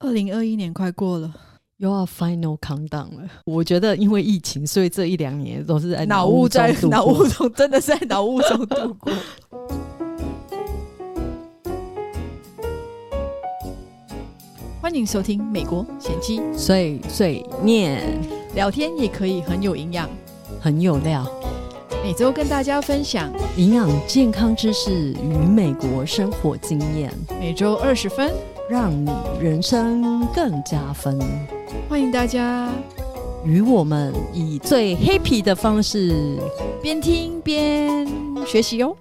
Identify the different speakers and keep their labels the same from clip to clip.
Speaker 1: 二零二一年快过了，
Speaker 2: 又要 final countdown 了。 我觉得因为疫情，所以这一两年都是在
Speaker 1: 脑
Speaker 2: 雾
Speaker 1: 雾在
Speaker 2: 中度
Speaker 1: 哎脑
Speaker 2: 过
Speaker 1: 雾中，真的是在 脑雾中度过。 欢迎收听《美国险记》，
Speaker 2: 碎碎念
Speaker 1: 聊天也可以很有营养。
Speaker 2: 很有料，
Speaker 1: 每周跟大家分享，
Speaker 2: 营养健康知识与美国生活经验，
Speaker 1: 每周二十分，
Speaker 2: 让你人生更加分。
Speaker 1: 欢迎大家
Speaker 2: 与我们以最 happy 的 方式，
Speaker 1: 边听边学习哦。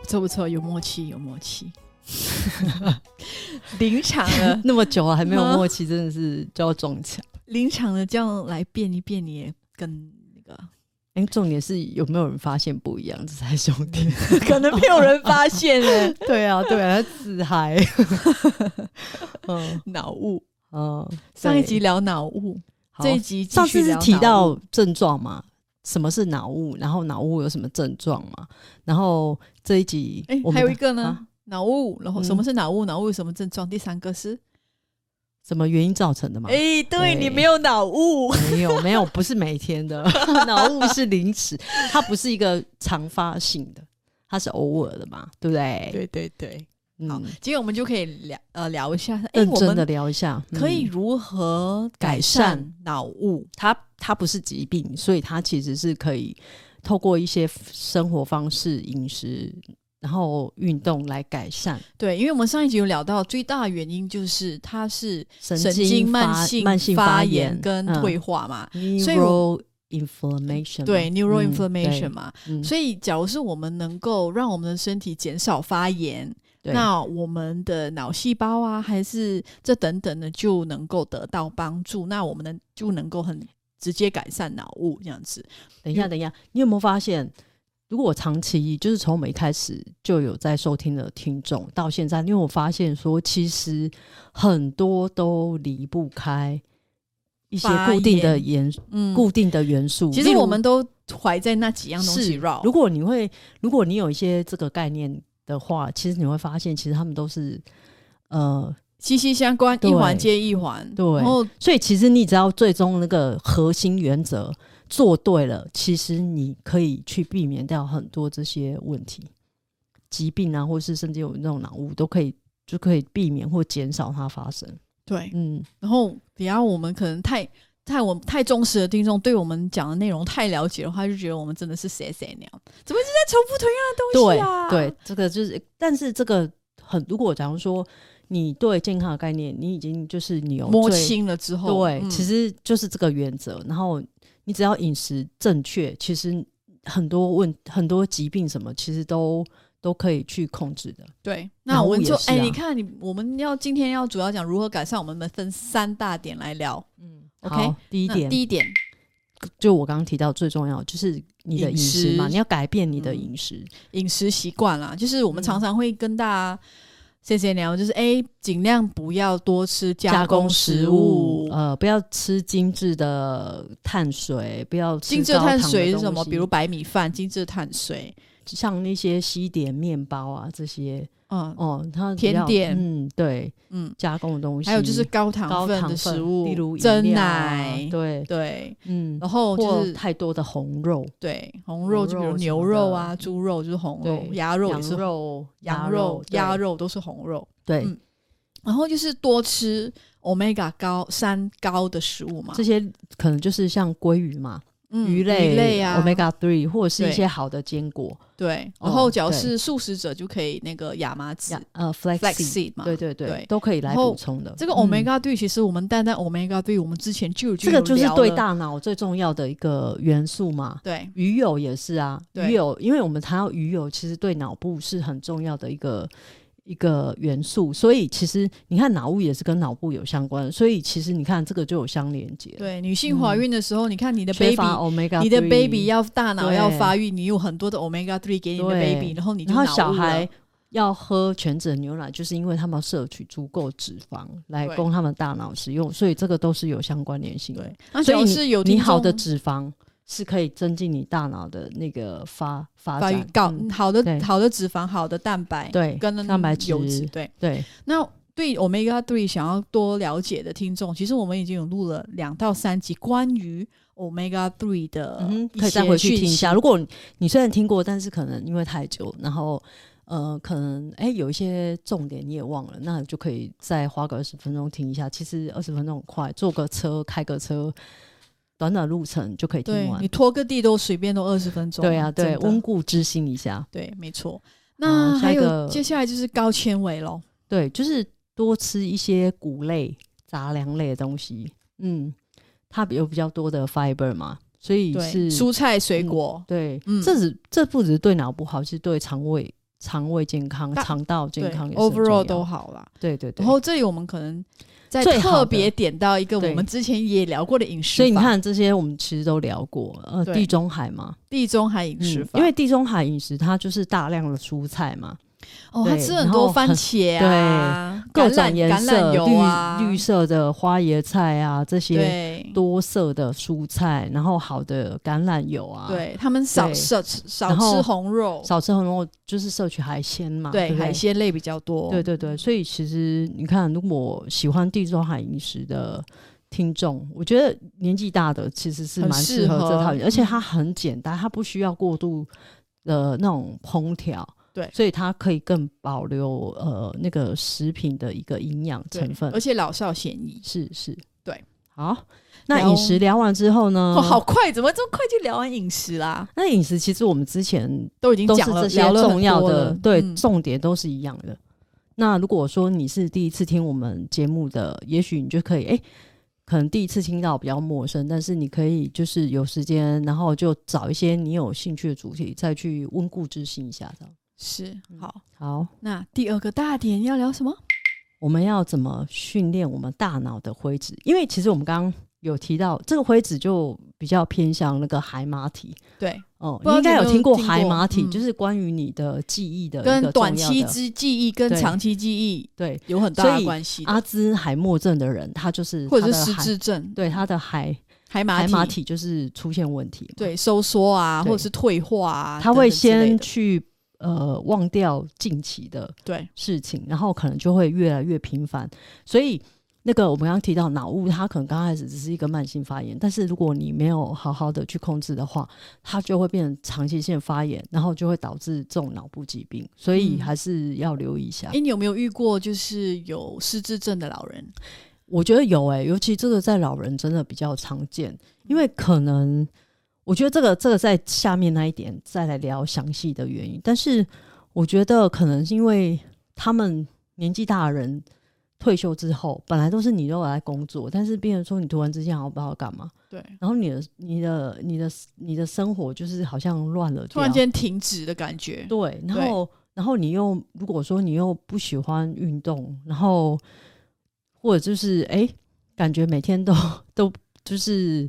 Speaker 1: 不错不错，有默契，有默 契。临场 了，
Speaker 2: 那么久啊了还没有
Speaker 1: 呃嗯
Speaker 2: 默契，真的是就要撞墙。
Speaker 1: 临场了，这样来变一变，你也跟那个，
Speaker 2: 哎，重点是有没有人发现不一样，这才兄 弟。
Speaker 1: 可能没有人发现哎，
Speaker 2: 对啊，对啊， 自嗨。嗯
Speaker 1: 脑雾。
Speaker 2: 嗯，
Speaker 1: 上一
Speaker 2: 对
Speaker 1: 集聊脑雾，
Speaker 2: 好
Speaker 1: 这一集继续
Speaker 2: 上次是
Speaker 1: 聊
Speaker 2: 提
Speaker 1: 脑雾
Speaker 2: 到症状嘛？什么是脑雾？然后脑雾有什么症状嘛？然后这一集
Speaker 1: 哎、
Speaker 2: 我们
Speaker 1: 还有一个呢
Speaker 2: 啊，
Speaker 1: 脑雾。然后
Speaker 2: 嗯
Speaker 1: 什么是脑雾？脑雾有什么症状？第三个是，
Speaker 2: 什么原因造成的吗？
Speaker 1: 哎、对
Speaker 2: 对
Speaker 1: 你没有脑雾，
Speaker 2: 没有，没有，不是每 天的脑雾是临时，它不是一个常发性的，它是偶尔的嘛，对不 对？，
Speaker 1: 对对。好
Speaker 2: 嗯，，
Speaker 1: 今天我们就可以聊呃聊一下，哎、
Speaker 2: 认
Speaker 1: 我
Speaker 2: 真的
Speaker 1: 们
Speaker 2: 聊一下，
Speaker 1: 可以
Speaker 2: 嗯
Speaker 1: 如何改
Speaker 2: 改
Speaker 1: 善
Speaker 2: 善
Speaker 1: 脑雾？
Speaker 2: 它它不是疾病，所以它其实是可以透过一些生活方式、饮食，然后运动来改善
Speaker 1: 对，因为我们上一集有聊到，最大的原因就是它是
Speaker 2: 神
Speaker 1: 神经
Speaker 2: 发
Speaker 1: 慢性
Speaker 2: 慢性
Speaker 1: 发
Speaker 2: 炎
Speaker 1: 跟退、化嘛，
Speaker 2: 嗯、
Speaker 1: 所以我
Speaker 2: neural inflammation
Speaker 1: 对
Speaker 2: 嘛
Speaker 1: neural inflammation、嘛。
Speaker 2: 嗯嗯对嗯
Speaker 1: 所以，假如是我们能够让我们的身体减少发炎，
Speaker 2: 对
Speaker 1: 那我们的脑细胞啊，还是这等等的，就能够得到帮助。那我们能就能够很直接改善脑雾这样子。
Speaker 2: 等一下，等一下，你有没有发现，如果我长期就是从我们一开始就有在收听的听众到现在，因为我发现说，其实很多都离不开一些
Speaker 1: 发
Speaker 2: 固定的
Speaker 1: 炎
Speaker 2: 元、
Speaker 1: 嗯，
Speaker 2: 固定的元素。
Speaker 1: 其
Speaker 2: 例
Speaker 1: 实
Speaker 2: 如
Speaker 1: 我们都怀在那几样东西
Speaker 2: 是
Speaker 1: 绕。
Speaker 2: 如果你会，如果你有一些这个概念的话，其实你会发现，其实他们都是呃，
Speaker 1: 息息相关，
Speaker 2: 对
Speaker 1: 一环接一环。
Speaker 2: 对
Speaker 1: 然后
Speaker 2: 所以其实你只要最终那个核心原则做对了，其实你可以去避免掉很多这些问题、疾病啊，或是甚至有那种脑雾，都可以就可以避免或减少它发生。
Speaker 1: 对，
Speaker 2: 嗯，
Speaker 1: 然后等一下我们可能太太我太忠实的听众对我们讲的内容太了解的话，就觉得我们真的是谁谁鸟，怎么一直在重复同
Speaker 2: 对、
Speaker 1: 样的东西啊？
Speaker 2: 对，这个就是，但是这个很，如果假如说你对健康的概念，你已经就是你有
Speaker 1: 摸
Speaker 2: 最
Speaker 1: 清了之后，
Speaker 2: 对，
Speaker 1: 嗯
Speaker 2: 其实就是这个原则。然后你只要饮食正确，其实很多问很多疾病什么，其实都都可以去控制的。
Speaker 1: 对，那
Speaker 2: 脑
Speaker 1: 我们
Speaker 2: 雾也
Speaker 1: 就是哎、
Speaker 2: 啊
Speaker 1: 你看你，我们要今天要主要讲如何改善，我们分分三大点来聊。
Speaker 2: 嗯
Speaker 1: OK，
Speaker 2: 第一
Speaker 1: 那
Speaker 2: 点，
Speaker 1: 第一点，
Speaker 2: 就我刚刚提到最重要，就是你的
Speaker 1: 饮
Speaker 2: 饮食嘛，
Speaker 1: 食
Speaker 2: 你要改变你的
Speaker 1: 嗯
Speaker 2: 饮食。
Speaker 1: 饮食习惯啦，就是我们
Speaker 2: 嗯
Speaker 1: 常常会跟大家谢谢聊，就是哎，尽、量不要多吃工食
Speaker 2: 呃，不要吃精致的碳水，不要吃
Speaker 1: 精致
Speaker 2: 高
Speaker 1: 碳
Speaker 2: 糖的
Speaker 1: 水是
Speaker 2: 东
Speaker 1: 什么？
Speaker 2: 西
Speaker 1: 比如白米饭、精致碳水，
Speaker 2: 像那些西点、面包啊这些，
Speaker 1: 嗯
Speaker 2: 哦，它比
Speaker 1: 甜
Speaker 2: 较
Speaker 1: 点
Speaker 2: 嗯，对，
Speaker 1: 嗯，
Speaker 2: 加工的东西，
Speaker 1: 还有就是高糖
Speaker 2: 高
Speaker 1: 分
Speaker 2: 糖
Speaker 1: 的食物，
Speaker 2: 例如饮
Speaker 1: 蒸
Speaker 2: 料啊
Speaker 1: 奶，
Speaker 2: 对，
Speaker 1: 对，
Speaker 2: 嗯，
Speaker 1: 然后就
Speaker 2: 或
Speaker 1: 是
Speaker 2: 太多的红肉、
Speaker 1: 对红
Speaker 2: 红
Speaker 1: 肉，就比
Speaker 2: 肉
Speaker 1: 如
Speaker 2: 什
Speaker 1: 牛
Speaker 2: 么
Speaker 1: 肉
Speaker 2: 的
Speaker 1: 啊、猪肉就是红肉，
Speaker 2: 对
Speaker 1: 鸭肉也
Speaker 2: 羊
Speaker 1: 是
Speaker 2: 肉、
Speaker 1: 羊
Speaker 2: 鸭
Speaker 1: 肉
Speaker 2: 肉、、
Speaker 1: 鸭
Speaker 2: 肉，
Speaker 1: 肉都是红肉，
Speaker 2: 对，
Speaker 1: 嗯然后就是多吃 omega 高三高的食物嘛，
Speaker 2: 这些可能就是像鲑鱼嘛，
Speaker 1: 嗯
Speaker 2: 鱼类、
Speaker 1: 鱼类啊
Speaker 2: omega three 或者是
Speaker 1: 对
Speaker 2: 一些好的坚果，
Speaker 1: 对。
Speaker 2: 哦
Speaker 1: 然后只要
Speaker 2: 对
Speaker 1: 是素食者就可以那个亚麻籽
Speaker 2: 呀呃 flax
Speaker 1: flax
Speaker 2: seed，
Speaker 1: seed 嘛，
Speaker 2: 对对对，
Speaker 1: 对
Speaker 2: 都可以来
Speaker 1: 然后
Speaker 2: 补充的。
Speaker 1: 这个
Speaker 2: 嗯
Speaker 1: omega 对，其实我们单单 omega 对，我们之前就有
Speaker 2: 这个就是
Speaker 1: 有
Speaker 2: 对
Speaker 1: 聊了
Speaker 2: 大脑最重要的一个元素嘛。
Speaker 1: 对
Speaker 2: 鱼油也是啊，
Speaker 1: 对
Speaker 2: 鱼油，因为我们谈到鱼油，其实对脑部是很重要的一个一个元素，所以其实你看脑雾也是跟脑部有相关，所以其实你看这个就有相连接。，
Speaker 1: 对，女性怀孕的时候，你看你的
Speaker 2: 嗯缺
Speaker 1: baby，
Speaker 2: 乏 omega，
Speaker 1: 你的
Speaker 2: three
Speaker 1: baby 要大脑
Speaker 2: 对
Speaker 1: 要发育，你有很多的 omega three 给你的
Speaker 2: 对
Speaker 1: baby，然后你就
Speaker 2: 然后
Speaker 1: 脑
Speaker 2: 小
Speaker 1: 雾了
Speaker 2: 孩要喝全脂牛奶，就是因为他们要摄取足够脂肪来
Speaker 1: 对
Speaker 2: 供他们大脑使用，所以这个都是有相关联性的
Speaker 1: 对。，那
Speaker 2: 所以
Speaker 1: 只要
Speaker 2: 你
Speaker 1: 是有
Speaker 2: 你
Speaker 1: 听
Speaker 2: 好的
Speaker 1: 众
Speaker 2: 脂肪是可以增进你大脑的那个发发
Speaker 1: 发育
Speaker 2: 展
Speaker 1: 高、
Speaker 2: 嗯
Speaker 1: 好的
Speaker 2: 对
Speaker 1: 好的脂肪、好的蛋白，
Speaker 2: 对
Speaker 1: 跟
Speaker 2: 蛋白
Speaker 1: 油
Speaker 2: 质
Speaker 1: 脂，对。
Speaker 2: 对
Speaker 1: 那对 omega three 想要多了解的听众，其实我们已经有录了两到三集关于 omega three 的
Speaker 2: 嗯哼，
Speaker 1: 一
Speaker 2: 可以再
Speaker 1: 些
Speaker 2: 回去
Speaker 1: 讯
Speaker 2: 听一
Speaker 1: 息
Speaker 2: 下。如果你你虽然听过，但是可能因为太久，然后呃，可能哎、有一些重点你也忘了，那就可以再花个二十分钟听一下。其实二十分钟很快，坐个车开个车，短短路程就可以听
Speaker 1: 对
Speaker 2: 完
Speaker 1: 你。拖个地都随便都二十分钟，
Speaker 2: 对啊，对，
Speaker 1: 真的
Speaker 2: 温故知新一下。
Speaker 1: 对，没错。那
Speaker 2: 下
Speaker 1: 还
Speaker 2: 一
Speaker 1: 有
Speaker 2: 个
Speaker 1: 接下来就是高纤维咯，
Speaker 2: 对，就是多吃一些谷类、杂粮类的东西。嗯，它有比较多的 fiber 嘛，所以
Speaker 1: 对，
Speaker 2: 是
Speaker 1: 蔬菜水果，
Speaker 2: 对，
Speaker 1: 嗯
Speaker 2: 这只这不只是对脑不好，是对肠胃、肠胃健康、
Speaker 1: 大
Speaker 2: 肠道健
Speaker 1: 对
Speaker 2: 康也是很重要
Speaker 1: ，overall 都好啦。
Speaker 2: 对对对。
Speaker 1: 然后这里我们可能再
Speaker 2: 最好
Speaker 1: 特
Speaker 2: 的
Speaker 1: 别点到一个我
Speaker 2: 对
Speaker 1: 们之前也聊过的饮食法，
Speaker 2: 所以你看，这些我们其实都聊过，呃，
Speaker 1: 对
Speaker 2: 地中海嘛，
Speaker 1: 地中海饮食
Speaker 2: 嗯
Speaker 1: 法，
Speaker 2: 因为地中海饮食它就是大量的蔬菜嘛，
Speaker 1: 哦，他
Speaker 2: 对
Speaker 1: 吃很
Speaker 2: 然
Speaker 1: 多
Speaker 2: 后
Speaker 1: 番
Speaker 2: 很
Speaker 1: 茄啊，
Speaker 2: 各
Speaker 1: 橄榄
Speaker 2: 种颜
Speaker 1: 橄榄
Speaker 2: 色、
Speaker 1: 油啊，
Speaker 2: 绿绿色的花椰菜啊，这些
Speaker 1: 对
Speaker 2: 多色的蔬菜，然后好的橄榄油啊，，
Speaker 1: 对，他们少
Speaker 2: 对
Speaker 1: 少少
Speaker 2: 然后
Speaker 1: 吃红肉，
Speaker 2: 少吃很多就是摄取海鲜嘛，对
Speaker 1: 对
Speaker 2: 不对
Speaker 1: 海鲜类比较多，
Speaker 2: 对对对，所以其实你看，如果喜欢地中海饮食的听众，我觉得年纪大的其实是
Speaker 1: 很
Speaker 2: 蛮
Speaker 1: 适
Speaker 2: 适合这套饮
Speaker 1: 合嗯
Speaker 2: 食，而且它很简单，它不需要过度的那种烹调。
Speaker 1: 对
Speaker 2: 所以它可以更保留呃那个食品的一个营养
Speaker 1: 对
Speaker 2: 成分
Speaker 1: 而。且老少咸宜。
Speaker 2: 是是，
Speaker 1: 对。
Speaker 2: 好，那
Speaker 1: 聊
Speaker 2: 饮食聊完之后呢？
Speaker 1: 哦，好快，怎么这么快就聊完饮食啦？
Speaker 2: 那饮食其实我们之前
Speaker 1: 都已经
Speaker 2: 都
Speaker 1: 讲
Speaker 2: 是
Speaker 1: 了，
Speaker 2: 这些
Speaker 1: 聊了很
Speaker 2: 重要
Speaker 1: 多
Speaker 2: 的
Speaker 1: 了，
Speaker 2: 对、
Speaker 1: 嗯
Speaker 2: 重点都是一样的。那如果说你是第一次听我们节目的，也许你就可以哎、诶可能第一次听到比较陌生，但是你可以就是有时间，然后就找一些你有兴趣的主题，再去温故知新一下。这样
Speaker 1: 是
Speaker 2: 嗯
Speaker 1: 好。
Speaker 2: 好，
Speaker 1: 那第二个大点要聊什么？
Speaker 2: 我们要怎么训练我们大脑的灰质？因为其实我们刚刚有提到，这个灰质就比较偏向那个海马体
Speaker 1: 对，
Speaker 2: 哦，
Speaker 1: 不
Speaker 2: 你
Speaker 1: 知道
Speaker 2: 应该
Speaker 1: 你有没有
Speaker 2: 听过
Speaker 1: 听过
Speaker 2: 海马体，
Speaker 1: 嗯
Speaker 2: 就是关于你的记忆的一
Speaker 1: 跟
Speaker 2: 个
Speaker 1: 短
Speaker 2: 重要
Speaker 1: 期
Speaker 2: 的
Speaker 1: 之记忆跟
Speaker 2: 对
Speaker 1: 长期记忆
Speaker 2: 对
Speaker 1: 有很
Speaker 2: 所
Speaker 1: 大的
Speaker 2: 以
Speaker 1: 关系的，
Speaker 2: 阿兹海默症的人，他就是
Speaker 1: 或者
Speaker 2: 他
Speaker 1: 是
Speaker 2: 的
Speaker 1: 失
Speaker 2: 海，
Speaker 1: 智症、
Speaker 2: 对他的海
Speaker 1: 海马
Speaker 2: 海马体就是出现问题嘛，
Speaker 1: 对收缩啊，
Speaker 2: 对
Speaker 1: 或者是退化啊，
Speaker 2: 他
Speaker 1: 等
Speaker 2: 会
Speaker 1: 等之类
Speaker 2: 先
Speaker 1: 的
Speaker 2: 去呃忘掉近期的
Speaker 1: 对
Speaker 2: 事情，然后可能就会越来越频繁，所以。那个我们刚刚提到脑雾，它可能刚开始只是一个慢性发炎，但是如果你没有好好的去控制的话，它就会变成长期性发炎，然后就会导致这种脑部疾病，所以
Speaker 1: 嗯
Speaker 2: 还是要留意一下。
Speaker 1: 哎、你有没有遇过就是有失智症的老人？
Speaker 2: 我觉得有诶、尤其这个在老人真的比较常见，因为可能我觉得这个这个在下面那一点再来聊详细的原因，但是我觉得可能是因为他们年纪大的人退休之后，本来都是你都有在工作，但是变成说你突然之间好像不知道干嘛，
Speaker 1: 对，
Speaker 2: 然后你的你的你的你的生活就是好像乱了掉，
Speaker 1: 突然间停止的感觉。
Speaker 2: 对，然后然后你又如果说你又不喜欢运动，然后或者就是哎、诶感觉每天都都就是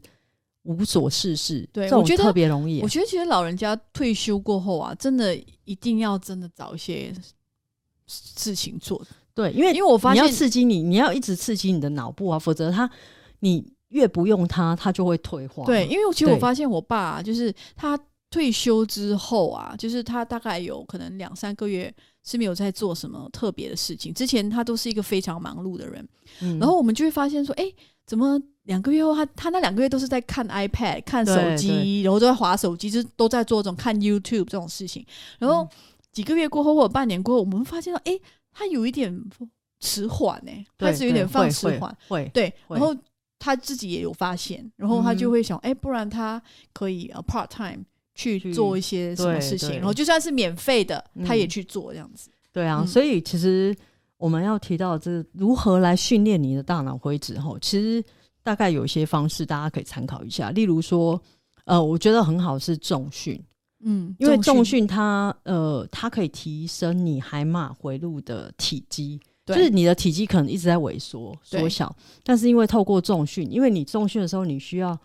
Speaker 2: 无所事事，
Speaker 1: 对
Speaker 2: 这种
Speaker 1: 我觉得
Speaker 2: 特别容易
Speaker 1: 我。觉得其实老人家退休过后啊，真的一定要真的找一些事情做，
Speaker 2: 对，因为
Speaker 1: 因为我发
Speaker 2: 你
Speaker 1: 现
Speaker 2: 要刺激你，你要一直刺激你的脑部啊，否则它你越不用它，它就会退化。
Speaker 1: 对，，因为其实我
Speaker 2: 对
Speaker 1: 发现我爸、啊、就是他退休之后啊，就是他大概有可能两三个月是没有在做什么特别的事情，之前他都是一个非常忙碌的人，
Speaker 2: 嗯
Speaker 1: 然后我们就会发现说，哎、怎么两个月后他他那两个月都是在看 iPad、看手
Speaker 2: 对
Speaker 1: 机，然后都在划手机，就是都在做这种看 YouTube 这种事情。然后
Speaker 2: 嗯
Speaker 1: 几个月过后或者半年过后，我们发现到，哎、他有一点迟缓呢，
Speaker 2: 对
Speaker 1: 开始有点
Speaker 2: 对
Speaker 1: 放
Speaker 2: 会
Speaker 1: 迟
Speaker 2: 会
Speaker 1: 缓，
Speaker 2: 会
Speaker 1: 对，
Speaker 2: 会
Speaker 1: 然后。他自己也有发现，然后他就
Speaker 2: 嗯
Speaker 1: 会想，哎、不然他可以呃 part time 去
Speaker 2: 去
Speaker 1: 做一些什么
Speaker 2: 对
Speaker 1: 事情，
Speaker 2: 对
Speaker 1: 然后就算是免费的，他也
Speaker 2: 嗯
Speaker 1: 去做这样子。
Speaker 2: 对啊，
Speaker 1: 嗯
Speaker 2: 所以其实我们要提到这如何来训练你的大脑灰质吼，其实大概有一些方式大家可以参考一下，例如说。呃，我觉得很好是重训，
Speaker 1: 嗯，
Speaker 2: 因为重训它呃，它可以提升你海马回路的体积，就
Speaker 1: 对
Speaker 2: 是你的体积可能一直在萎缩
Speaker 1: 对
Speaker 2: 缩小，但是因为透过重训，因为你重训的时候你需要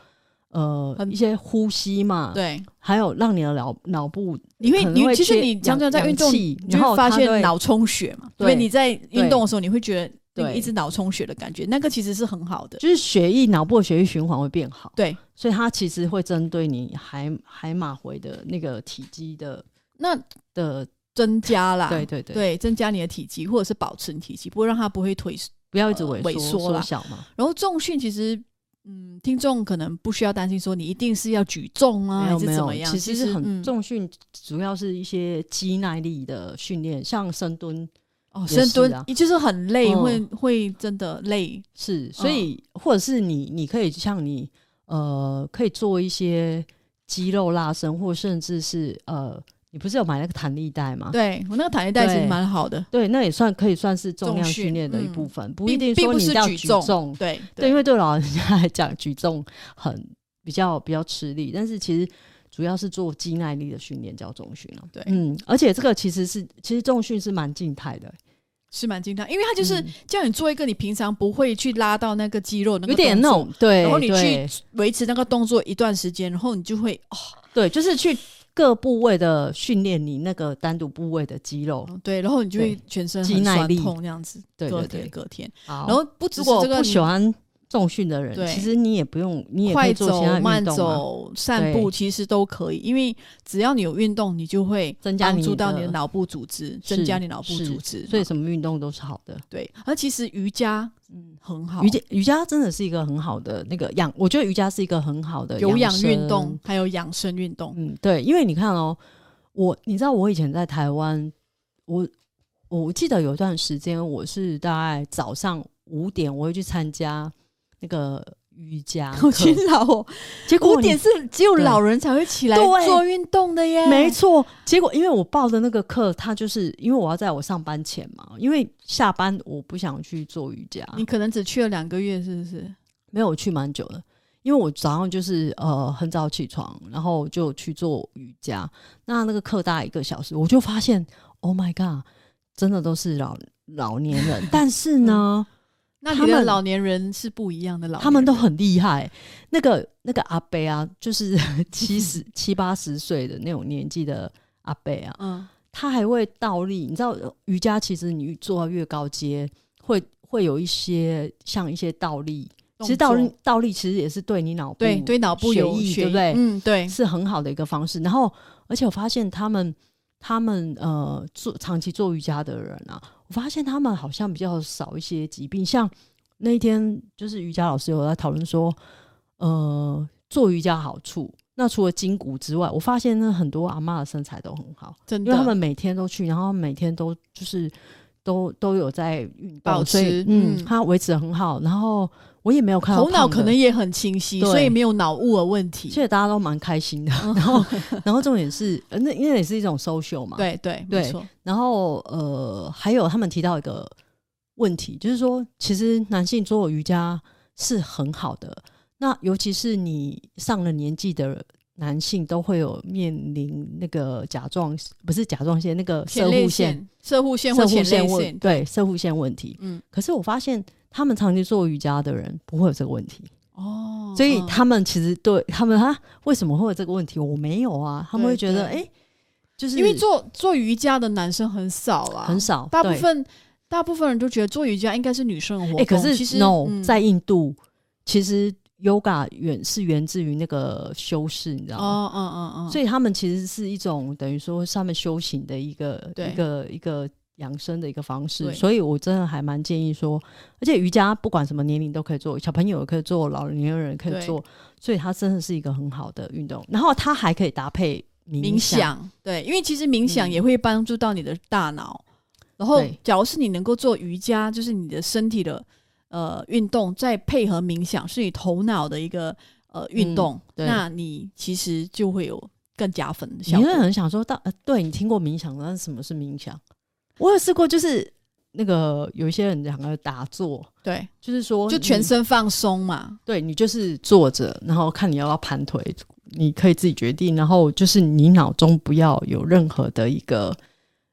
Speaker 2: 呃
Speaker 1: 很
Speaker 2: 一些呼吸嘛，
Speaker 1: 对，
Speaker 2: 还有让你的脑脑部
Speaker 1: 你会
Speaker 2: 可能
Speaker 1: 你
Speaker 2: 会
Speaker 1: 其实
Speaker 2: 缺
Speaker 1: 你
Speaker 2: 氧
Speaker 1: 常常在运动，
Speaker 2: 氧气
Speaker 1: 你就
Speaker 2: 然
Speaker 1: 会
Speaker 2: 后
Speaker 1: 发
Speaker 2: 它
Speaker 1: 现
Speaker 2: 会
Speaker 1: 脑充血嘛，
Speaker 2: 对
Speaker 1: 所以你在运动的时候，你会觉得那个
Speaker 2: 对
Speaker 1: 一直脑充血的感觉，那个其实是很好的。
Speaker 2: 就是血液脑部的血液循环会变好，
Speaker 1: 对，
Speaker 2: 所以它其实会针对你海海马回的那个体积的
Speaker 1: 那
Speaker 2: 的，
Speaker 1: 增加啦，
Speaker 2: 对对对，
Speaker 1: 对，增加你的体积或者是保持你体积，不会让它不会退缩。
Speaker 2: 不要一直
Speaker 1: 呃
Speaker 2: 萎
Speaker 1: 萎
Speaker 2: 缩
Speaker 1: 缩
Speaker 2: 缩
Speaker 1: 啦
Speaker 2: 小嘛，
Speaker 1: 然后重训其实，嗯，听众可能不需要担心说你一定是要举重啊，
Speaker 2: 没
Speaker 1: 还
Speaker 2: 有
Speaker 1: 是
Speaker 2: 没
Speaker 1: 怎么
Speaker 2: 有，
Speaker 1: 样，
Speaker 2: 其实是很
Speaker 1: 嗯
Speaker 2: 重训，主要是一些肌耐力的训练，像深蹲
Speaker 1: 哦，
Speaker 2: 也
Speaker 1: 深
Speaker 2: 是
Speaker 1: 蹲
Speaker 2: 啊
Speaker 1: 就是很累，
Speaker 2: 嗯
Speaker 1: 会会真的累。
Speaker 2: 是，所以、或者是你你可以像你呃，可以做一些肌肉拉伸，或甚至是呃，你不是有买那个弹力带吗？
Speaker 1: 对我那个弹力带其实
Speaker 2: 对
Speaker 1: 蛮好的，
Speaker 2: 对，那也算可以算是重
Speaker 1: 重
Speaker 2: 量
Speaker 1: 训
Speaker 2: 训练的一
Speaker 1: 嗯
Speaker 2: 部分，不
Speaker 1: 并
Speaker 2: 一定
Speaker 1: 并
Speaker 2: 说
Speaker 1: 不
Speaker 2: 你
Speaker 1: 是
Speaker 2: 要
Speaker 1: 举
Speaker 2: 举
Speaker 1: 重
Speaker 2: 重，
Speaker 1: 对
Speaker 2: 对，因为对老人家来讲举重很比较比较吃力，但是其实主要是做肌耐力的训练叫重训啊。
Speaker 1: 对
Speaker 2: 嗯，而且这个其实是其实重训是蛮静态的，
Speaker 1: 是蛮惊叹，因为它就是
Speaker 2: 嗯
Speaker 1: 叫你做一个你平常不会去拉到那个肌肉那个
Speaker 2: 有点
Speaker 1: 动
Speaker 2: 那
Speaker 1: 作
Speaker 2: 种对，
Speaker 1: 然后你
Speaker 2: 对
Speaker 1: 去维持那个动作一段时间，然后你就会哦，
Speaker 2: 对，就是去各部位的训练你那个单独部位的肌肉。
Speaker 1: 哦对，然后你就会全身
Speaker 2: 肌
Speaker 1: 很
Speaker 2: 耐
Speaker 1: 酸
Speaker 2: 力
Speaker 1: 痛这样子，
Speaker 2: 对
Speaker 1: 隔
Speaker 2: 对
Speaker 1: 天
Speaker 2: 对，
Speaker 1: 隔天。
Speaker 2: 然
Speaker 1: 然后不只
Speaker 2: 如
Speaker 1: 是
Speaker 2: 果
Speaker 1: 这个
Speaker 2: 不喜
Speaker 1: 你
Speaker 2: 欢重训的人，
Speaker 1: 对
Speaker 2: 其实你也不用，你也可
Speaker 1: 快
Speaker 2: 以做其他
Speaker 1: 走、
Speaker 2: 的
Speaker 1: 慢
Speaker 2: 运动啊。
Speaker 1: 走、散步，
Speaker 2: 对
Speaker 1: 其实都可以，因为只要你有运动，你就会
Speaker 2: 增加
Speaker 1: 帮
Speaker 2: 你
Speaker 1: 助到你
Speaker 2: 的
Speaker 1: 的脑部组织，
Speaker 2: 是
Speaker 1: 增加你脑部
Speaker 2: 是
Speaker 1: 组织嘛。
Speaker 2: 所以什么运动都是好的。
Speaker 1: 对，而其实瑜伽
Speaker 2: 嗯，
Speaker 1: 很好，
Speaker 2: 瑜伽瑜伽真的是一个很好的那个养，我觉得瑜伽是一个很好的
Speaker 1: 有氧
Speaker 2: 养
Speaker 1: 运
Speaker 2: 生
Speaker 1: 动。还有养生运动，
Speaker 2: 嗯，对，因为你看哦，我你知道我以前在台湾，我我记得有一段时间我是大概早上五点我会去参加那个瑜 伽
Speaker 1: 好
Speaker 2: 课，
Speaker 1: 勤 劳哦。
Speaker 2: 结果
Speaker 1: 五
Speaker 2: 你
Speaker 1: 点是只有
Speaker 2: 对
Speaker 1: 老人才会起来
Speaker 2: 对
Speaker 1: 做运动的耶，
Speaker 2: 没错，结果因为我报的那个课，它就是因为我要在我上班前嘛，因为下班我不想去做瑜伽，
Speaker 1: 你可能只去了两个月，是不是？
Speaker 2: 没有我去蛮久的。因为我早上就是呃很早起床，然后就去做瑜伽。那那个课大概一个小时，我就发现，Oh my god，真的都是老老年 人，但是呢，
Speaker 1: 那
Speaker 2: 他
Speaker 1: 你的
Speaker 2: 们
Speaker 1: 老年人是不一样的嗯老年人，
Speaker 2: 他们都很厉害。那个那个阿伯啊，就是 七十七八十岁的那种年纪的阿伯啊，
Speaker 1: 嗯，
Speaker 2: 他还会倒立。你知道呃瑜伽其实你做到越高阶，会会有一些像一些倒立。其实倒
Speaker 1: 动
Speaker 2: 立
Speaker 1: 作
Speaker 2: 倒立其实也是对你脑部
Speaker 1: 对对脑部
Speaker 2: 嗯血
Speaker 1: 有
Speaker 2: 液
Speaker 1: 血
Speaker 2: 对不对
Speaker 1: 嗯，对，
Speaker 2: 是很好的一个方式。然后，而且我发现他们他们呃做长期做瑜伽的人啊，我发现他们好像比较少一些疾病。像那一天就是瑜伽老师有在讨论说，呃，做瑜伽好处。那除了筋骨之外，我发现呢很多阿嬷的身材都很好。
Speaker 1: 真
Speaker 2: 因
Speaker 1: 的，
Speaker 2: 为他们每天都去，然后每天都就是都都有在运动
Speaker 1: 保
Speaker 2: 所以
Speaker 1: 持嗯
Speaker 2: 嗯，他维持得很好。然后我也没有看到
Speaker 1: 头脑
Speaker 2: 胖的
Speaker 1: 可能，也很清晰，
Speaker 2: 对
Speaker 1: 所以没有脑雾的问
Speaker 2: 而
Speaker 1: 题。
Speaker 2: 且大家都蛮开心的。 然后，然后重点是，呃那因为也是一种 social 嘛。。
Speaker 1: 对对
Speaker 2: 对
Speaker 1: 没错，
Speaker 2: 然后呃，还有他们提到一个问题，就是说，其实男性做瑜伽是很好的，那尤其是你上了年纪的。男性都会有面临那个甲状不是甲状腺那个
Speaker 1: 前
Speaker 2: 射
Speaker 1: 列
Speaker 2: 护腺
Speaker 1: 腺、射护腺
Speaker 2: 射
Speaker 1: 或
Speaker 2: 护
Speaker 1: 前列
Speaker 2: 问
Speaker 1: 腺，
Speaker 2: 对射护腺问题。
Speaker 1: 嗯，
Speaker 2: 可是我发现他们长期做瑜伽的人不会有这个问题，
Speaker 1: 哦，
Speaker 2: 所以
Speaker 1: 嗯
Speaker 2: 他们其实对他们啊，为什么会有这个问题？我没有啊，他们
Speaker 1: 对
Speaker 2: 会觉得哎、
Speaker 1: 对
Speaker 2: 诶就是
Speaker 1: 因为做做瑜伽的男生很少啊，
Speaker 2: 很，少，
Speaker 1: 大部
Speaker 2: 对
Speaker 1: 分大部分人都觉得做瑜伽应该是女生的活
Speaker 2: 哎、
Speaker 1: 动，
Speaker 2: 可
Speaker 1: 其
Speaker 2: 是
Speaker 1: 实
Speaker 2: no，、
Speaker 1: 嗯
Speaker 2: 在印度其实 yoga 源是源自于那个修饰，你知道吗？
Speaker 1: 哦嗯嗯嗯，
Speaker 2: 所
Speaker 1: 以
Speaker 2: 以他们其实是一种等于说是他们修行的一个
Speaker 1: 对
Speaker 2: 一个一个养生的一个方式
Speaker 1: 对，
Speaker 2: 所以我真的还蛮建议说，而且瑜伽不管什么年龄都可以做，小朋友也可以做，老年人也可
Speaker 1: 对
Speaker 2: 以做，所以它真的是一个很好的运动。然后它还可以搭配
Speaker 1: 冥
Speaker 2: 冥
Speaker 1: 想对，因为其实冥想
Speaker 2: 嗯
Speaker 1: 也会帮助到你的大脑。然后
Speaker 2: 对，
Speaker 1: 假如是你能够做瑜伽，就是你的身体的呃运动，再配合冥想，是你头脑的一个呃运
Speaker 2: 嗯
Speaker 1: 动，
Speaker 2: 对
Speaker 1: 那你其实就会有更加分的
Speaker 2: 你
Speaker 1: 效果
Speaker 2: 会。很想说到，呃对你听过冥想，但是什么是冥想？我有试过，就是那个有一些人讲的打坐，
Speaker 1: 对，
Speaker 2: 就是说
Speaker 1: 就
Speaker 2: 你
Speaker 1: 全身放松嘛。
Speaker 2: 对你就是坐着，然后看你要不要盘腿，你可以自己决定。然后就是你脑中不要有任何的一个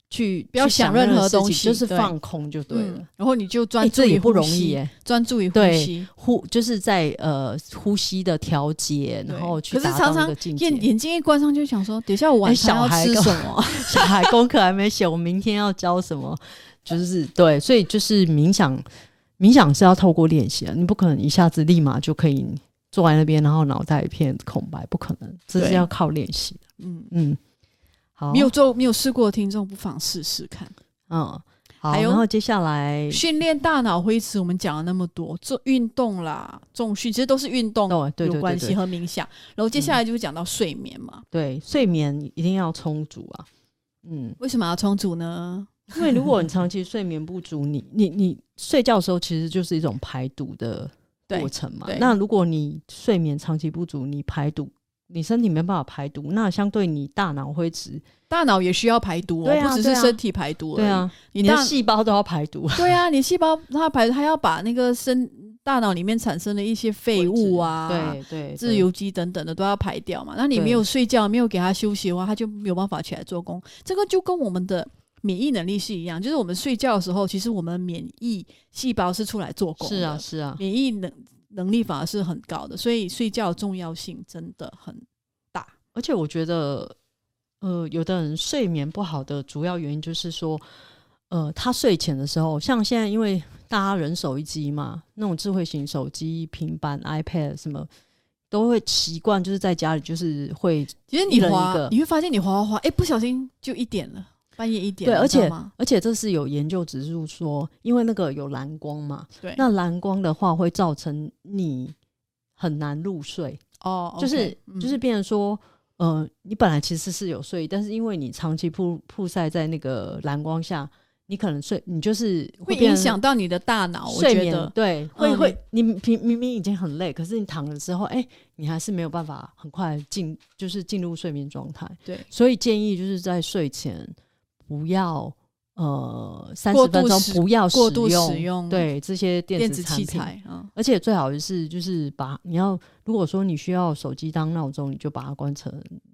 Speaker 2: 去
Speaker 1: 不要
Speaker 2: 去想
Speaker 1: 想任
Speaker 2: 何
Speaker 1: 何
Speaker 2: 事情
Speaker 1: 东西
Speaker 2: 就是
Speaker 1: 对
Speaker 2: 放空就对了。
Speaker 1: 嗯，然后你就
Speaker 2: 哎
Speaker 1: 专注
Speaker 2: 这
Speaker 1: 于
Speaker 2: 也不
Speaker 1: 呼
Speaker 2: 容
Speaker 1: 吸
Speaker 2: 易哎、
Speaker 1: 专注于呼
Speaker 2: 对
Speaker 1: 吸。
Speaker 2: 呼就是在呃呼吸的调节，然
Speaker 1: 对
Speaker 2: 后去
Speaker 1: 可是
Speaker 2: 达
Speaker 1: 常
Speaker 2: 到那
Speaker 1: 常
Speaker 2: 个境界。
Speaker 1: 眼眼睛一关上就想说，等一下我晚
Speaker 2: 哎
Speaker 1: 上
Speaker 2: 小
Speaker 1: 要
Speaker 2: 孩
Speaker 1: 吃
Speaker 2: 干
Speaker 1: 什么？
Speaker 2: 小孩功课还没写，我明天要教什么？就是对，所以就是冥想，冥想是要透过练习啊，你不可能一下子立马就可以坐在那边，然后脑袋一片空白，不可能，这是
Speaker 1: 对
Speaker 2: 要靠练习的。
Speaker 1: 嗯，
Speaker 2: 嗯，好，
Speaker 1: 没有做没有试过的听众不妨试试看。
Speaker 2: 嗯，好，
Speaker 1: 还有
Speaker 2: 然后接下来
Speaker 1: 训练大脑灰词，我们讲了那么多，做运动啦、重训，其实都是运动
Speaker 2: 哦对对
Speaker 1: 有
Speaker 2: 对
Speaker 1: 关
Speaker 2: 对嗯
Speaker 1: 系和冥想。然后接下来就是讲到睡眠嘛，
Speaker 2: 对睡眠一定要充足啊。嗯，
Speaker 1: 为什么要充足呢？
Speaker 2: 因为如果你长期睡眠不足，你你你睡觉的时候其实就是一种排毒的
Speaker 1: 对
Speaker 2: 过程嘛
Speaker 1: 对。
Speaker 2: 那如果你睡眠长期不足，你排毒，你身体没办法排毒，那相对你大脑灰质，
Speaker 1: 大脑也需要排毒、哦，
Speaker 2: 对啊
Speaker 1: 不只
Speaker 2: 对
Speaker 1: 是
Speaker 2: 啊
Speaker 1: 身体排毒而已。
Speaker 2: 对啊，
Speaker 1: 你
Speaker 2: 你的
Speaker 1: 大
Speaker 2: 细胞都要排 毒啊。
Speaker 1: 对啊，你细胞它排，它要把那个身大脑里面产生的一些废物啊，
Speaker 2: 对对，
Speaker 1: 自由基等等的都要排掉嘛。那你
Speaker 2: 对
Speaker 1: 没有睡觉，没有给它休息的话，它就没有办法起来做工。这个就跟我们的免疫能力是一样，就是我们睡觉的时候，其实我们免疫细胞是出来做工的，
Speaker 2: 是啊是啊，
Speaker 1: 免疫能能力反而是很高的，所以睡觉的重要性真的很大。
Speaker 2: 而且我觉得，呃，有的人睡眠不好的主要原因就是说，呃，他睡前的时候，像现在因为大家人手一机嘛，那种智慧型手机、平板、iPad 什么，都会习惯就是在家里就是会
Speaker 1: 其实你
Speaker 2: 一人一
Speaker 1: 滑
Speaker 2: 个，
Speaker 1: 你会发现你滑滑滑，哎，不小心就一点了，半夜一点
Speaker 2: 对，
Speaker 1: 了
Speaker 2: 而
Speaker 1: 你知道
Speaker 2: 且
Speaker 1: 吗
Speaker 2: 而且这是有研究指出说，因为那个有蓝光嘛，
Speaker 1: 对，
Speaker 2: 那蓝光的话会造成你很难入睡。
Speaker 1: 哦，
Speaker 2: 就是、
Speaker 1: OK，
Speaker 2: 就是
Speaker 1: 嗯
Speaker 2: 变成说，呃，你本来其实是有睡意，但是因为你长期曝曝晒在那个蓝光下，你可能睡，你就是
Speaker 1: 会
Speaker 2: 变
Speaker 1: 影
Speaker 2: 成
Speaker 1: 响到你的大脑，我
Speaker 2: 睡
Speaker 1: 觉
Speaker 2: 眠
Speaker 1: 得，。
Speaker 2: 对，会
Speaker 1: 嗯
Speaker 2: 会，你明明明已经很累，可是你躺了之后，哎、你还是没有办法很快进，就是进入睡眠状态。
Speaker 1: 对，
Speaker 2: 所以建议就是在睡前不要。呃，三
Speaker 1: 过
Speaker 2: 十
Speaker 1: 度
Speaker 2: 分钟
Speaker 1: 使
Speaker 2: 不要
Speaker 1: 过度
Speaker 2: 用
Speaker 1: 使用
Speaker 2: 对这些电
Speaker 1: 电
Speaker 2: 子
Speaker 1: 子
Speaker 2: 产
Speaker 1: 器
Speaker 2: 品
Speaker 1: 材啊，
Speaker 2: 而且最好的是，就是把你要如果说你需要手机当闹钟，你就把它关成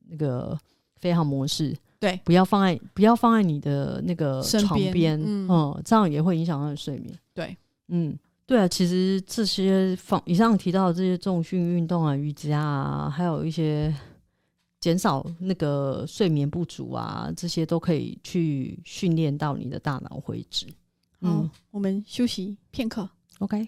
Speaker 2: 那个飞行模式，
Speaker 1: 对，
Speaker 2: 不要放在不要放在你的那个
Speaker 1: 身
Speaker 2: 床
Speaker 1: 边
Speaker 2: 边，
Speaker 1: 嗯
Speaker 2: 这样也会影响到你睡眠。
Speaker 1: 对，
Speaker 2: 嗯，对啊，其实这些方以上提到的这些重训运动啊、瑜伽啊，还有一些减少那个睡眠不足啊，这些都可以去训练到你的大脑回质。
Speaker 1: 好
Speaker 2: 嗯，
Speaker 1: 我们休息片刻。
Speaker 2: ，OK。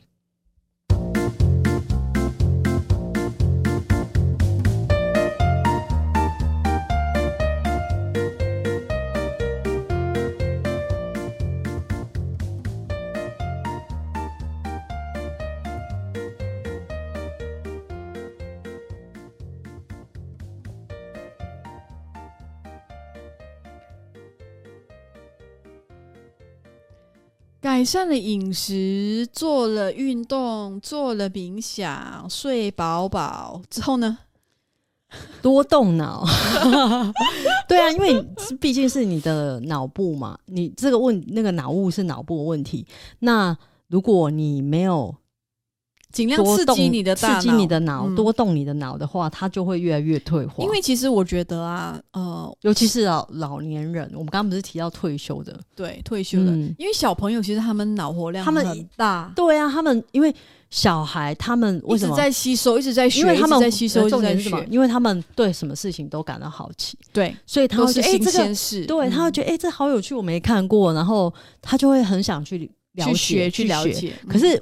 Speaker 1: 改善了饮食，做了运动，做了冥想，睡饱饱之后呢？
Speaker 2: 多动脑， 对啊，因为是毕竟是你的脑部嘛，你这个问那个脑雾是脑部的问题。那如果你没有
Speaker 1: 尽量
Speaker 2: 多
Speaker 1: 刺
Speaker 2: 动
Speaker 1: 激你的大脑，
Speaker 2: 刺激你的脑，
Speaker 1: 嗯
Speaker 2: 多动你的脑的话，它就会越来越退化。
Speaker 1: 因为其实我觉得啊，呃，
Speaker 2: 尤其是老老年人，我们刚刚不是提到退休的，
Speaker 1: 对退休的，
Speaker 2: 嗯
Speaker 1: 因为小朋友其实他们脑活量
Speaker 2: 他们
Speaker 1: 很大，
Speaker 2: 对啊，他们因为小孩他们为
Speaker 1: 一
Speaker 2: 什
Speaker 1: 直
Speaker 2: 么？
Speaker 1: 在吸收，一直在学，
Speaker 2: 因为他们呃
Speaker 1: 一直在吸收，一直
Speaker 2: 重
Speaker 1: 在
Speaker 2: 点是什么？
Speaker 1: 学，
Speaker 2: 因为他们对什么事情都感到好奇，
Speaker 1: 对，
Speaker 2: 所以他
Speaker 1: 都
Speaker 2: 会
Speaker 1: 是
Speaker 2: 说：“哎、
Speaker 1: 新
Speaker 2: 这个
Speaker 1: 鲜事，嗯
Speaker 2: 对，他会觉得哎、诶这好有趣，我没看过，然后他就会很想去
Speaker 1: 得
Speaker 2: 了
Speaker 1: 去
Speaker 2: 解
Speaker 1: 学
Speaker 2: 去
Speaker 1: 了
Speaker 2: 学。
Speaker 1: 解，嗯
Speaker 2: 可是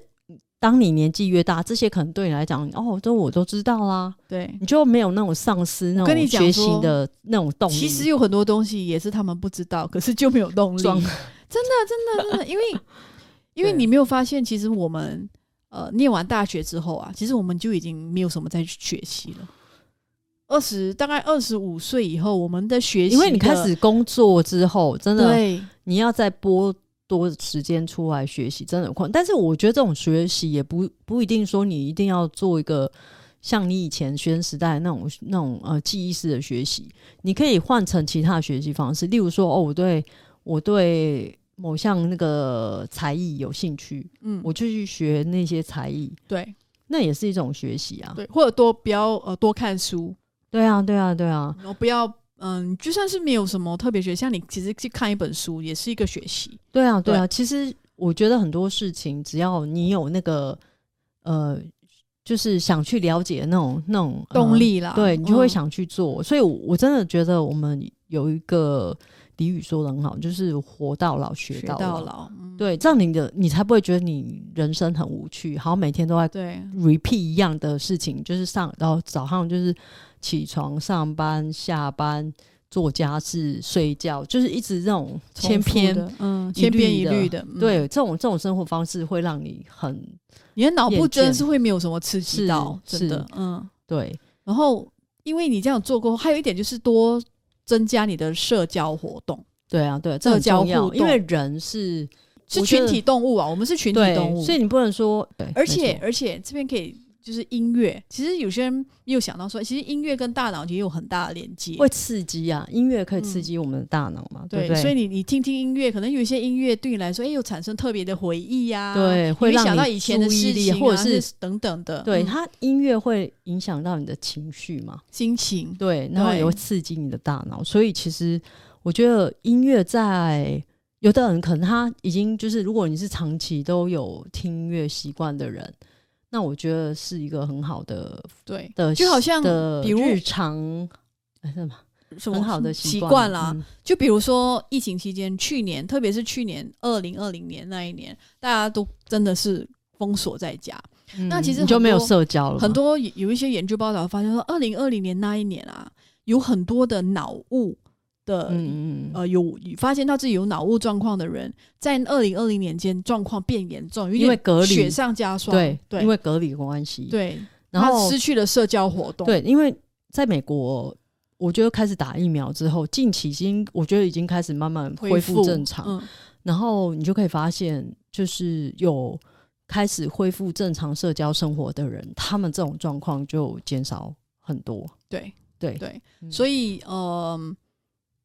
Speaker 2: 当你年纪越大，这些可能对你来讲，哦，这我都知道啦，
Speaker 1: 嗯对。
Speaker 2: 你就没有那种丧失那
Speaker 1: 我跟你
Speaker 2: 种
Speaker 1: 讲
Speaker 2: 学习
Speaker 1: 说
Speaker 2: 的那种动力。
Speaker 1: 其实有很多东西也是他们不知道，可是就没有动力。真
Speaker 2: 装
Speaker 1: 的，真的，真的，因为 因为
Speaker 2: 对
Speaker 1: 你没有发现，其实我们呃念完大学之后啊，其实我们就已经没有什么再去学习了。二十大概二十五岁以后，我们的学习的，
Speaker 2: 因为你开始工作之后，真的
Speaker 1: 对
Speaker 2: 你要再拨多时间出来学习，真的很困难。但是我觉得这种学习也不不一定说你一定要做一个像你以前学生时代那种那种呃记忆式的学习，你可以换成其他的学习方式，例如说哦，我对我对某项那个才艺有兴趣，
Speaker 1: 嗯，
Speaker 2: 我就去学那些才艺，
Speaker 1: 对
Speaker 2: 那也是一种学习啊。
Speaker 1: 对，或者多不要呃多看书，
Speaker 2: 对啊，对啊，对啊。
Speaker 1: 然后不要嗯，就算是没有什么特别学，像你其实去看一本书也是一个学习，
Speaker 2: 对啊，
Speaker 1: 对
Speaker 2: 对啊，其实我觉得很多事情，只要你有那个呃，就是想去了解那种那种、呃
Speaker 1: 动、力啦，
Speaker 2: 对你就会
Speaker 1: 嗯
Speaker 2: 想去做。所以我，我真的觉得我们有一个俚语说的很好，就是活到老学
Speaker 1: 学
Speaker 2: 到
Speaker 1: 到
Speaker 2: 老。
Speaker 1: 老，嗯
Speaker 2: 对，这样你的你才不会觉得你人生很无趣，好像每天都在
Speaker 1: 对
Speaker 2: repeat 一样的事情，就是上然后早上就是起床上班下班做家事睡觉，就是一直这种
Speaker 1: 重
Speaker 2: 千
Speaker 1: 复
Speaker 2: 篇
Speaker 1: 的嗯，
Speaker 2: 一
Speaker 1: 千篇
Speaker 2: 律
Speaker 1: 一
Speaker 2: 的
Speaker 1: 律的，嗯
Speaker 2: 对，这种这种生活方式会让你很
Speaker 1: 你的脑部
Speaker 2: 厌
Speaker 1: 真的
Speaker 2: 倦
Speaker 1: 是会没有什么刺激
Speaker 2: 是
Speaker 1: 到，真
Speaker 2: 是
Speaker 1: 的，嗯。
Speaker 2: 对
Speaker 1: 然后，因为你这样做过后，还有一点就是多增加你的社交活动，
Speaker 2: 对啊对啊，这
Speaker 1: 社
Speaker 2: 很
Speaker 1: 交
Speaker 2: 重要，
Speaker 1: 互
Speaker 2: 因为
Speaker 1: 动
Speaker 2: 人是
Speaker 1: 是
Speaker 2: 我觉
Speaker 1: 群
Speaker 2: 得
Speaker 1: 体动物啊，我们是群体
Speaker 2: 对
Speaker 1: 动物，
Speaker 2: 所以你不能说，对
Speaker 1: 而
Speaker 2: 没错
Speaker 1: 且而且这边可以就是音乐，其实有些人也有想到说，其实音乐跟大脑也有很大的连接。
Speaker 2: 会刺激啊，音乐可以刺
Speaker 1: 嗯
Speaker 2: 激我们的大脑嘛，
Speaker 1: 对，
Speaker 2: 不对？
Speaker 1: 所以你你听听音乐，可能有一些音乐对你来说，哎、又产生特别的回忆呀、
Speaker 2: 对会
Speaker 1: 你
Speaker 2: 让
Speaker 1: 想
Speaker 2: 啊你
Speaker 1: 到以前的
Speaker 2: 注意
Speaker 1: 事
Speaker 2: 力
Speaker 1: 情、啊，
Speaker 2: 或者
Speaker 1: 是
Speaker 2: 是
Speaker 1: 等等的，
Speaker 2: 对
Speaker 1: 嗯
Speaker 2: 它音乐会影响到你的情绪嘛，
Speaker 1: 心情，
Speaker 2: 对，然后
Speaker 1: 对
Speaker 2: 也会刺激你的大脑，所以其实我觉得音乐在有的人可能他已经就是，如果你是长期都有听音乐习惯的人，那我觉得是一个很好的
Speaker 1: 对，
Speaker 2: 的，
Speaker 1: 就好像
Speaker 2: 的
Speaker 1: 比如
Speaker 2: 日常。哎什么
Speaker 1: 什么
Speaker 2: 很好的
Speaker 1: 习
Speaker 2: 惯
Speaker 1: 惯啦。
Speaker 2: 嗯
Speaker 1: 就比如说疫情期间，去年特别是去年二零二零年那一年，大家都真的是封锁在家，那
Speaker 2: 嗯
Speaker 1: 其实
Speaker 2: 你就
Speaker 1: 很
Speaker 2: 没有
Speaker 1: 多
Speaker 2: 社交了嘛，
Speaker 1: 很多有有一些研究报道发现说，二零二零年那一年啊，有很多的脑雾的。
Speaker 2: 嗯嗯嗯，
Speaker 1: 呃，有发现到自己有脑雾状况的人，在二零二零年间状况变严重，有
Speaker 2: 因为
Speaker 1: 点
Speaker 2: 隔离
Speaker 1: 雪上加霜。
Speaker 2: 对
Speaker 1: 对，
Speaker 2: 因为隔离的关系，，
Speaker 1: 对，
Speaker 2: 然后
Speaker 1: 他失去了社交活动。
Speaker 2: 对，因为在美国，我觉得开始打疫苗之后，近期已经我觉得已经开始慢慢恢复正常，
Speaker 1: 嗯，
Speaker 2: 然后你就可以发现，就是有开始恢复正常社交生活的人，他们这种状况就减少很多。
Speaker 1: 对
Speaker 2: 对
Speaker 1: 对，
Speaker 2: 嗯
Speaker 1: 所以嗯、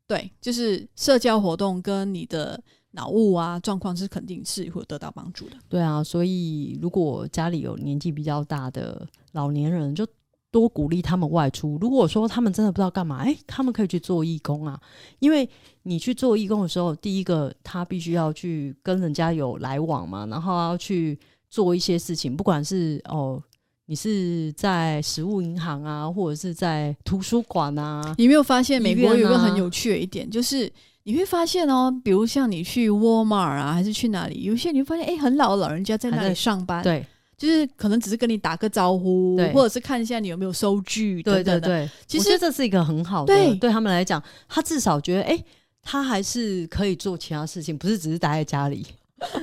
Speaker 1: 对，就是社交活动跟你的脑雾啊状况是肯定是会得到帮助的。
Speaker 2: 对啊，所以如果家里有年纪比较大的老年人，就多鼓励他们外出。如果说他们真的不知道干嘛，哎、他们可以去做义工啊。因为你去做义工的时候，第一个他必须要去跟人家有来往嘛，然后要去做一些事情，不管是哦。你是在食物银行啊，或者是在图书馆啊，
Speaker 1: 你没有发现
Speaker 2: 医
Speaker 1: 美国
Speaker 2: 院
Speaker 1: 有一个
Speaker 2: 啊
Speaker 1: 很有趣的一点，就是你会发现哦，比如像你去沃尔玛啊，还是去哪里，有一些你会发现，哎，很老的老人家在
Speaker 2: 还
Speaker 1: 那
Speaker 2: 在
Speaker 1: 里上班，，
Speaker 2: 对
Speaker 1: 就是可能只是跟你打个招呼
Speaker 2: 对，
Speaker 1: 或者是看一下你有没有收据等
Speaker 2: 对对
Speaker 1: 等的。
Speaker 2: 对，
Speaker 1: 其
Speaker 2: 我觉得
Speaker 1: 实
Speaker 2: 这是一个很好的，
Speaker 1: 对
Speaker 2: 对他们来讲，他至少觉得，哎、他还是可以做其他事情，不是只是待在家里，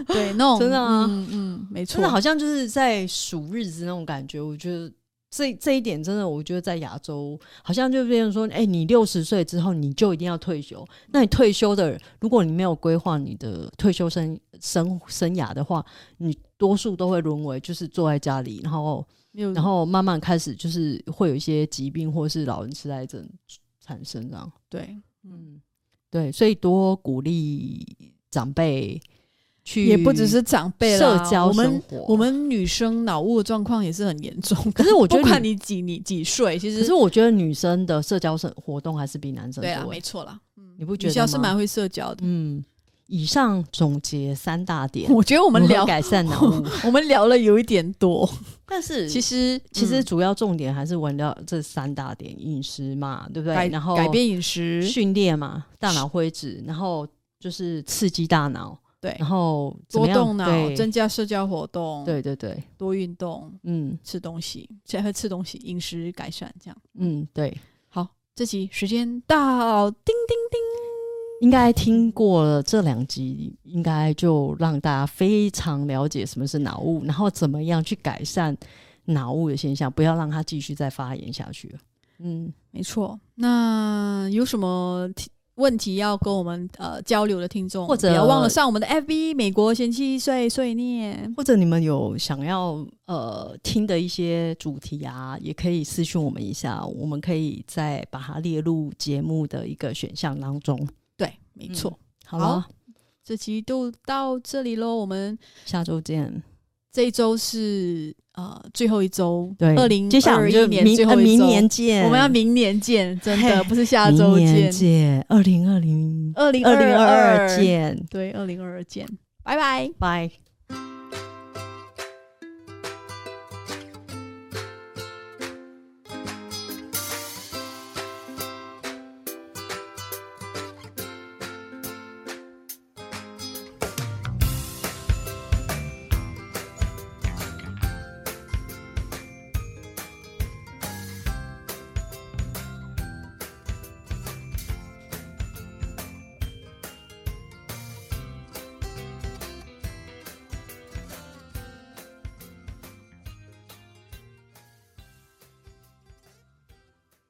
Speaker 1: 对那种
Speaker 2: 真的啊
Speaker 1: 嗯嗯，没错
Speaker 2: 真的，好像就是在数日子那种感觉。我觉得这这一点真的，我觉得在亚洲好像就变成说，哎、你六十岁之后你就一定要退休。那你退休的，如果你没有规划你的退休生生生涯的话，你多数都会沦为就是坐在家里，然后
Speaker 1: 没有
Speaker 2: 然后慢慢开始就是会有一些疾病或是老人痴呆症产生这样。
Speaker 1: 对，嗯，
Speaker 2: 嗯，对，所以多鼓励长辈去，
Speaker 1: 也不只是长辈
Speaker 2: 社
Speaker 1: 啦
Speaker 2: 交
Speaker 1: 我
Speaker 2: 生
Speaker 1: 们
Speaker 2: 活。
Speaker 1: 我们女生脑雾的状况也是很严重的，
Speaker 2: 可是我觉得
Speaker 1: 不管你几你几岁，其
Speaker 2: 可
Speaker 1: 实
Speaker 2: 是我觉得女生的社交生活动还是比男生
Speaker 1: 对啊，
Speaker 2: 多欸。
Speaker 1: 没错啦，嗯，
Speaker 2: 你不觉
Speaker 1: 女校
Speaker 2: 得
Speaker 1: 是
Speaker 2: 吗
Speaker 1: 蛮会社交的。
Speaker 2: 嗯，以上总结三大点，
Speaker 1: 我觉得我
Speaker 2: 我
Speaker 1: 们聊
Speaker 2: 改善脑 雾，
Speaker 1: 我们聊了有一点多，
Speaker 2: 但 是
Speaker 1: 其
Speaker 2: 其实。
Speaker 1: 实
Speaker 2: 其实
Speaker 1: 嗯
Speaker 2: 主要重点还是围绕这三大点：饮食嘛，对不
Speaker 1: 改
Speaker 2: 对？然后
Speaker 1: 改变饮食，
Speaker 2: 训练嘛，大脑灰质，然后就是刺激大脑，
Speaker 1: 对
Speaker 2: 然，后怎
Speaker 1: 多
Speaker 2: 么样
Speaker 1: 动脑，
Speaker 2: 对
Speaker 1: 增加社交活动，，
Speaker 2: 对对对，
Speaker 1: 多运动，
Speaker 2: 嗯
Speaker 1: 吃东西，现在吃东西，饮食改善，这样
Speaker 2: 嗯，对，
Speaker 1: 好。这集时间到，叮叮叮，
Speaker 2: 应该听过了这两集，应该就让大家非常了解什么是脑雾，然后怎么样去改善脑雾的现象，不要让它继续再发炎下去了。嗯，
Speaker 1: 没错。那有什么提问题要跟我们呃交流的听众，
Speaker 2: 或者
Speaker 1: 不要忘了上我们的 FB 美国贤妻碎碎念。
Speaker 2: 或者你们有想要呃听的一些主题啊，也可以私讯我们一下，我们可以再把它列入节目的一个选项当中。
Speaker 1: 对，没错。
Speaker 2: 好了，
Speaker 1: 这集就到这里喽，我们
Speaker 2: 下周见。
Speaker 1: 这一周是呃最后一周，
Speaker 2: 对，
Speaker 1: 二零
Speaker 2: 接下来我
Speaker 1: 二
Speaker 2: 们就
Speaker 1: 一年最
Speaker 2: 明、呃、
Speaker 1: 后一
Speaker 2: 明
Speaker 1: 周，
Speaker 2: 年见，
Speaker 1: 我们要明年见，真的
Speaker 2: 嘿
Speaker 1: 不是下
Speaker 2: 明
Speaker 1: 周
Speaker 2: 年
Speaker 1: 见，
Speaker 2: 见，二零二零
Speaker 1: 二零
Speaker 2: 二零二
Speaker 1: 二
Speaker 2: 二，见，
Speaker 1: 对，二零二二见，拜拜。
Speaker 2: 拜。